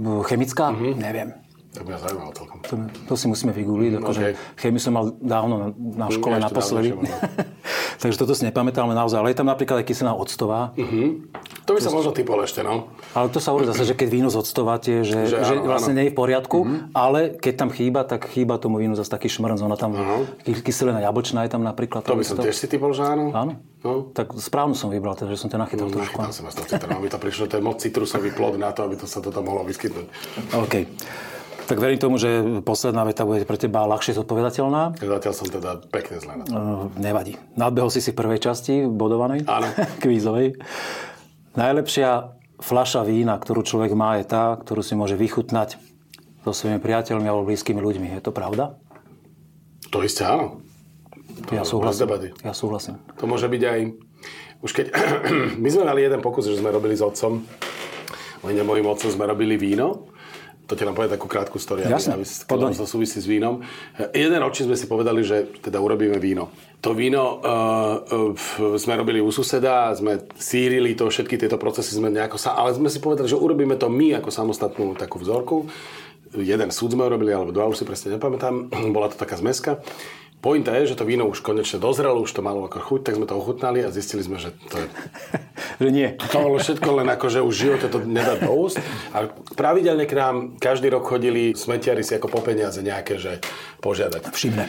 E, Chemická? Neviem.
To by ma zaujímalo celkom.
To, to si musíme vygoogliť. Akože
okej.
Chémiu som mal dávno na, na
Mm,
škole
Ja ešte
naposledy.
dávnejšie Mhm.
Takže toto si nepamätám, ale naozaj. Ale je tam napríklad aj kyselina octová. Uh-huh.
To by sa možno typol ešte, no.
Ale to sa hovorí zase, že keď víno zoctovate,
Že
že, že, že
áno,
vlastne
áno. Mhm.
nie je v poriadku, ale keď tam chýba, tak chýba tomu vínu zase taký šmrnc. Ona tam, uh-huh. kyselina jablčná je tam napríklad.
To by som tiež si typol, že áno.
Áno.
No.
Tak správnu som vybral, teda, že som to nachytal no, trošku.
Mm, Nachytal som vás to citrónom, aby to prišlo, to je moc citrusový plod na to, aby to sa to tam mohlo vyskytnúť.
OK. Tak verím tomu, že posledná veta bude pre teba ľahšie zodpovedateľná.
Zatiaľ som teda pekne zle na to.
Uh, nevadí. Nadbehol si si v prvej časti, bodovanej,
Áno.
kvízovej. Najlepšia fľaša vína, ktorú človek má, je tá, ktorú si môže vychutnať so svojimi priateľmi alebo blízkymi ľuďmi. Je to pravda?
To isté áno.
ja
bez
súhlasím.
debaty.
Ja súhlasím.
To môže byť aj... Už keď... My sme mali jeden pokus, že sme robili s otcom. Len a mojim otcom sme robili víno. To ti nám poviem takú krátku story, aby-
Jasné,
aby ktorá
podľa mňa.
to súvisí s vínom. E, Jeden ročný sme si povedali, že teda urobíme víno. To víno e, e, f- sme robili u suseda, sme sírili to, všetky tieto procesy sme nejako sa... Ale sme si povedali, že urobíme to my ako samostatnú takú vzorku. Jeden súd sme urobili, alebo dva, už si presne nepamätám. Bola to taká zmeska. Pointa je, že to víno už konečne dozrelo, už to malo ako chuť, tak sme to ochutnali a zistili sme, že to je
Že nie.
to bolo všetko len ako, že už v živote to nedá do úst. A pravidelne k nám každý rok chodili smetiari si ako po peniaze nejaké, že požiadať.
Všimne.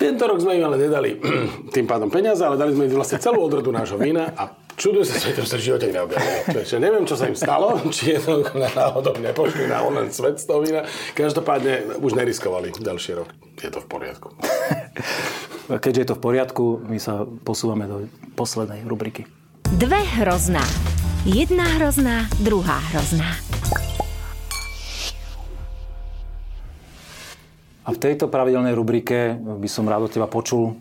Tento rok sme im ale nedali tým pádom peniaze, ale dali sme im vlastne celú odrodu nášho vína a čudujú sa, že to sa v živote neobjavilo. Čiže neviem, čo sa im stalo, či je to náhodou nepošli na onen svet z toho vína. Každopádne už neriskovali ďalší rok. Je to v poriadku.
Keďže je to v poriadku, my sa posúvame do poslednej rubriky.
Dve hrozná. Jedna hrozná, druhá hrozná.
A v tejto pravidelnej rubrike by som rád od teba počul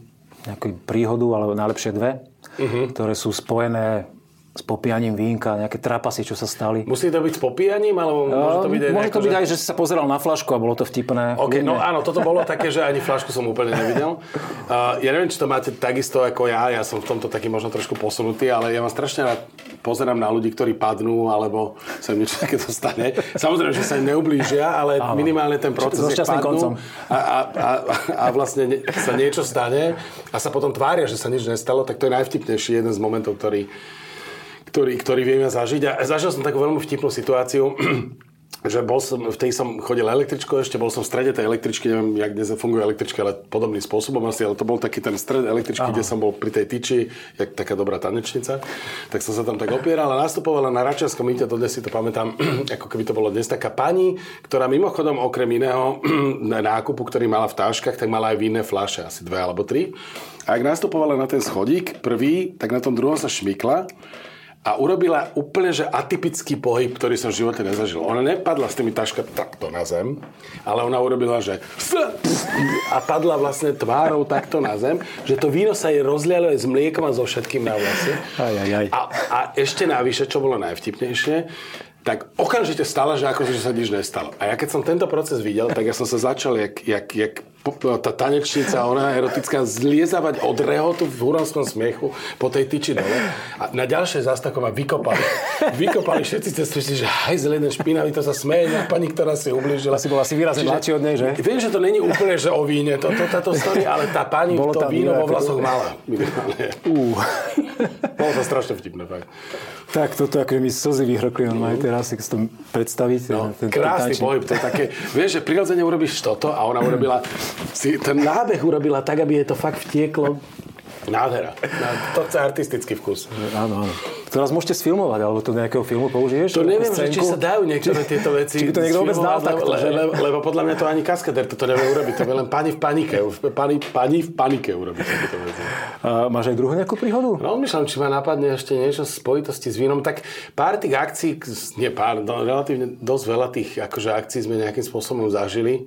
nejakú príhodu, alebo najlepšie dve,
Mhm.
ktoré sú spojené s popianím vínka, nejaké trapasy, čo sa stali.
Musí to byť s popíjaním, alebo môže to byť aj,
No, Môže
nejako,
to byť
že-
aj, že si sa pozeral na flašku a bolo to vtipné.
OK, no
Uvidíme.
áno, toto bolo také, že ani flašku som úplne nevidel. Uh, ja neviem, či to máte takisto ako ja, ja som v tomto taký možno trošku posunutý, ale ja vám strašne rád pozerám na ľudí, ktorí padnú, alebo sa im niečo takéto stane. Samozrejme, že sa im neublížia, ale minimálne ten proces, nech
So šťastným koncom.
padnú a, a, a, a vlastne ne, sa niečo stane a sa potom tvária, že sa nič nestalo, tak to je najvtipnejší jeden z momentov, ktorý, ktorý, ktorý viem ja zažiť. A zažil som takú veľmi vtipnú situáciu, že bol som, v tej som chodil električkou, ešte bol som v strede tej električky, neviem, jak dnes fungujú električky, ale podobným spôsobom asi, ale to bol taký ten stred električky, Aha. kde som bol pri tej tyči, jak taká dobrá tanečnica, tak som sa tam tak opieral a nastupovala na Račianskom inte, dodnes si to pamätám, ako keby to bolo dnes, taká pani, ktorá mimochodom okrem iného na nákupu, ktorý mala v táškach, tak mala aj vinné fľaše, asi dve alebo tri. A ak nastupovala na ten schodík prvý, tak na tom druhom sa šmykla a urobila úplne že atypický pohyb, ktorý som v živote nezažil. Ona nepadla s tými taškami takto na zem, ale ona urobila, že s- s- a padla vlastne tvárou takto na zem, že to víno sa jej rozlialo aj s mliekom a so všetkým na vlasy.
Aj, aj, aj.
A, a ešte navyše, čo bolo najvtipnejšie, tak okamžite stala, že ako že sa nič nestalo. A ja keď som tento proces videl, tak ja som sa začal, jak, jak, jak po- no, tá tanečnica, ona erotická, zliezavať od rehotu v huronskom smiechu po tej tyči dole. A na ďalšej zástavke ma vykopali. Vykopali všetci cestujíci, že haj zelené špinavý, to sa smeje na pani, ktorá si ublížila.
Asi bol asi výrazne
Čiže-
mladší od nej, že?
Viem, že to není úplne, že o víne, to, to, táto story, ale tá pani
Bolo
to
tam
víno
víno
vo
ako-
vlasoch mala. Minimálne.
Ú.
Bolo to strašne vtipné, fakt.
tak toto ako mi slzy vyhrokli normálne teraz, keď si to predstaviť. eh,
No,
ten- ten
krásny
tančník.
pohyb, to je také, vieš, že prirodzene urobíš toto a ona urobila, si ten nábeh urobila tak, aby jej to fakt vtieklo. Nádhera. Ná- To chce artistický vkus.
Áno, áno. Teraz môžete sfilmovať, alebo to do nejakého filmu použiješ?
To neviem, že
Scénku?
či sa dajú niektoré tieto veci
Či by to niekto vôbec dal
sfilmovať,
takto,
lebo,
že?
lebo, lebo, podľa mňa to ani kaskader toto nevie urobiť. To je len pani v panike. už- Pani, pani v panike urobiť takéto veci.
A máš aj druhú nejakú príhodu?
Rozmýšľam, No, či ma napadne ešte niečo v spojitosti s vínom. Tak pár tých akcií, k- nie pár, no, relatívne dosť veľa tých akože, akcií sme nejakým spôsobom zažili.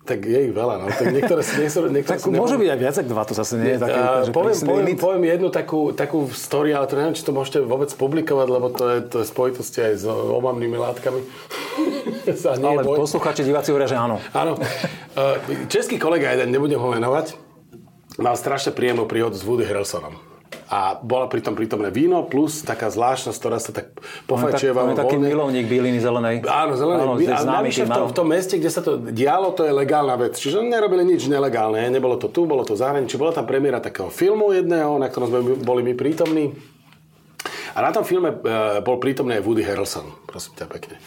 Tak je ich veľa. No. Tak niektoré si, niektoré, niektoré
Tak
si
môže
nepom-
byť aj viac ako dva, to zase nie je také,
A
že
poviem,
prísny
poviem,
limit.
poviem jednu takú, takú story, ale to neviem, či to môžete vôbec publikovať, lebo to je, to je v spojitosti aj s omamnými látkami. Sa nie
Ale
boj.
poslucháči, diváci hovoria, že áno.
Áno. E, Český kolega jeden, nebudem ho menovať, mal strašne príjemnú príhodu s Woody Harrelsonom. A bola pritom prítomné víno plus taká zvláštnosť, ktorá sa tak
On je tak-
pofačieva
on je taký milovník bíliny zelenej.
Áno, zelené. Áno,
je
a
známy
navyše v,
tým,
tom,
áno.
v tom meste, kde sa to dialo, to je legálna vec. Čiže nerobili nič nelegálne. Nebolo to tu, bolo to v zahraničí. Bola tam premiéra takého filmu jedného, na ktorom sme my- boli my prítomní. A na tom filme e, bol prítomný aj Woody Harrelson, prosím ťa pekne.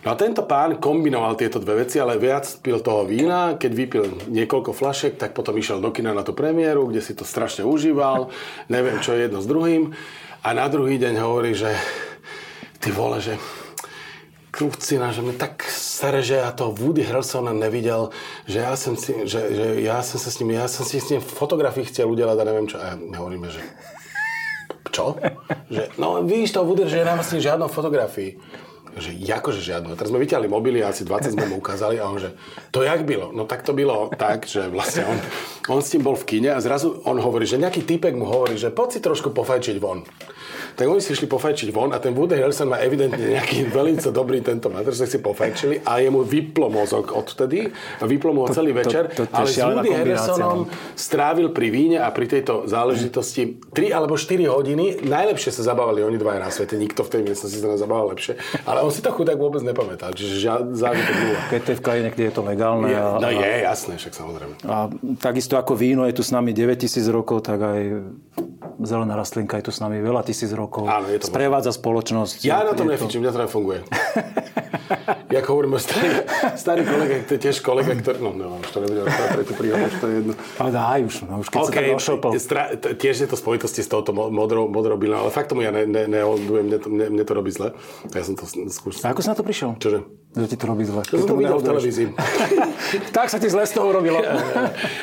No a tento pán kombinoval tieto dve veci, ale viac pil toho vína. Keď vypil niekoľko flašek, tak potom išiel do kina na tú premiéru, kde si to strašne užíval. Neviem, čo je jedno s druhým. A na druhý deň hovorí, že ty vole, že krucina, že mi tak staré, že ja toho Woody Harrelsona nevidel, že ja som, si, že, že ja som sa s ním, ja som si s ním fotografii chcel udelať a neviem čo. A ja- hovoríme, že čo? Že, no vidíš toho Woody, že ja nemám s ním žiadnu fotografii. Že akože žiadnu. A teraz sme vyťahli mobily, asi 20 sme mu ukázali a on že, to jak bylo? No tak to bylo tak, že vlastne on, on s tým bol v kine a zrazu on hovorí, že nejaký typek mu hovorí, že poď si trošku pofajčiť von. Tak oni si išli pofajčiť von a ten Woody Harrelson má evidentne nejaký veľmi dobrý tento mater, že si pofajčili a jemu vyplo mozog odtedy a vyplo mu ho celý
to-
večer.
to- to je
ale s
šialená
Woody
kombinácia,
Harrelsonom
no.
strávil pri víne a pri tejto záležitosti 3 alebo 4 hodiny. Najlepšie sa zabávali oni dvaja na svete. Nikto v tej miestnosti sa nezabával lepšie. Ale on si to chudák vôbec nepamätal. Čiže ža- zážitok nula.
Keď to je v krajine, kde je to legálne.
Je,
a,
no
a,
je, jasné, však samozrejme.
a takisto ako víno je tu s nami 9000 rokov, tak aj zelená rastlinka je tu s nami veľa tisíc rokov.
Áno, je to možné.
Sprevádza spoločnosť.
Ja na
Je
tom nefičím, mňa to nefunguje. Jak hovorím, starý, starý kolega, to je tiež kolega, ktorý... No, no, už to nebudem rozprávať pre tú príhodu, už to je jedno.
Ale daj už, no, už keď okay. sa
OK,
tak ošopol.
stra- t- tiež je to v spojitosti s touto mo- modrou, modrou bylinou, ale fakt tomu ja ne, ne, neholdujem, mne to, mne, mne to robí zle. Ja som to skúšal.
A ako si na to prišiel?
Čože?
Kto ti to robí zle?
To
Keď
som to
tomu
videl v
neholduješ.
televízii.
tak sa ti zle z toho robilo.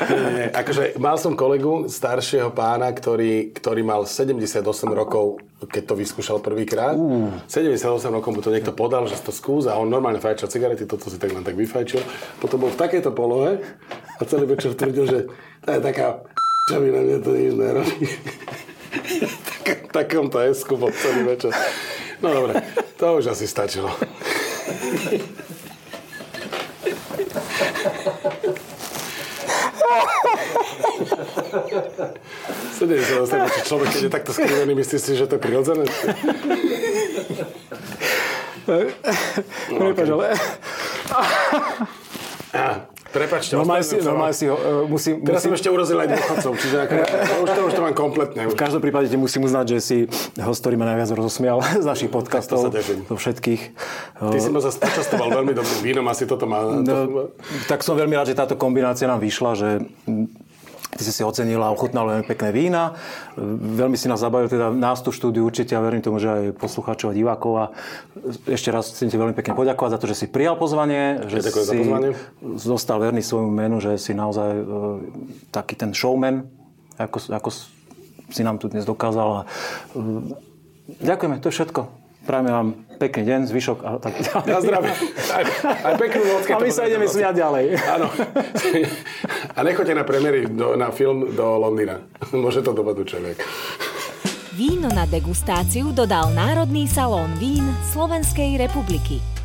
Nie, nie, nie. akože mal som kolegu, staršieho pána, ktorý, ktorý mal 78 rokov, keď to vyskúšal prvýkrát. 78 rokov mu to niekto podal, že si to skús a on normálne fajčil cigarety, toto si tak len tak vyfajčil. Potom bol v takejto polohe a celý večer tvrdil, že to je taká čo mi na mňa to nič nerobí. V takomto esku bol celý večer. No dobre, to už asi stačilo. Sedem sa dostane, že človek, keď je takto skrivený, myslí si, že to je prirodzené? no,
Prepač, ale
Á, Prepačte,
normálne si,
ospravedlňujem sa vám.
normálne si ho, e, musím,
Teraz som
musím,
ešte urazil aj dôchodcov, čiže ako, no už, to, už to mám kompletne. Už.
v každom prípade ti musím uznať, že si host, ktorý ma najviac rozosmial z našich podcastov,
teším.
zo všetkých.
Ty si ma zase počastoval veľmi dobrým vínom, asi toto má...
No, tak som veľmi rád, že táto kombinácia nám vyšla, že mm, ty si si ocenila a ochutnala veľmi pekné vína. Veľmi si nás zabavil teda nás tu štúdiu určite a verím tomu, že aj poslucháčov a divákov. A ešte raz chcem ti veľmi pekne poďakovať za to, že si prijal pozvanie, že
ďakujem za
si
pozvanie.
zostal verný svojmu menu, že si naozaj e, taký ten showman, ako, ako si nám tu dnes dokázal. A, e, ďakujeme, to je všetko. Prajme vám pekný deň, zvyšok a tak ďalej.
Na zdravie. Aj, aj peknú noc. keď
A my
to
sa
budete
ideme
nosiť.
smiať ďalej.
Áno. A nechoďte na premiéry do, na film do Londýna. Môže to dopadnúť človek.
Víno na degustáciu dodal Národný salón vín Slovenskej republiky.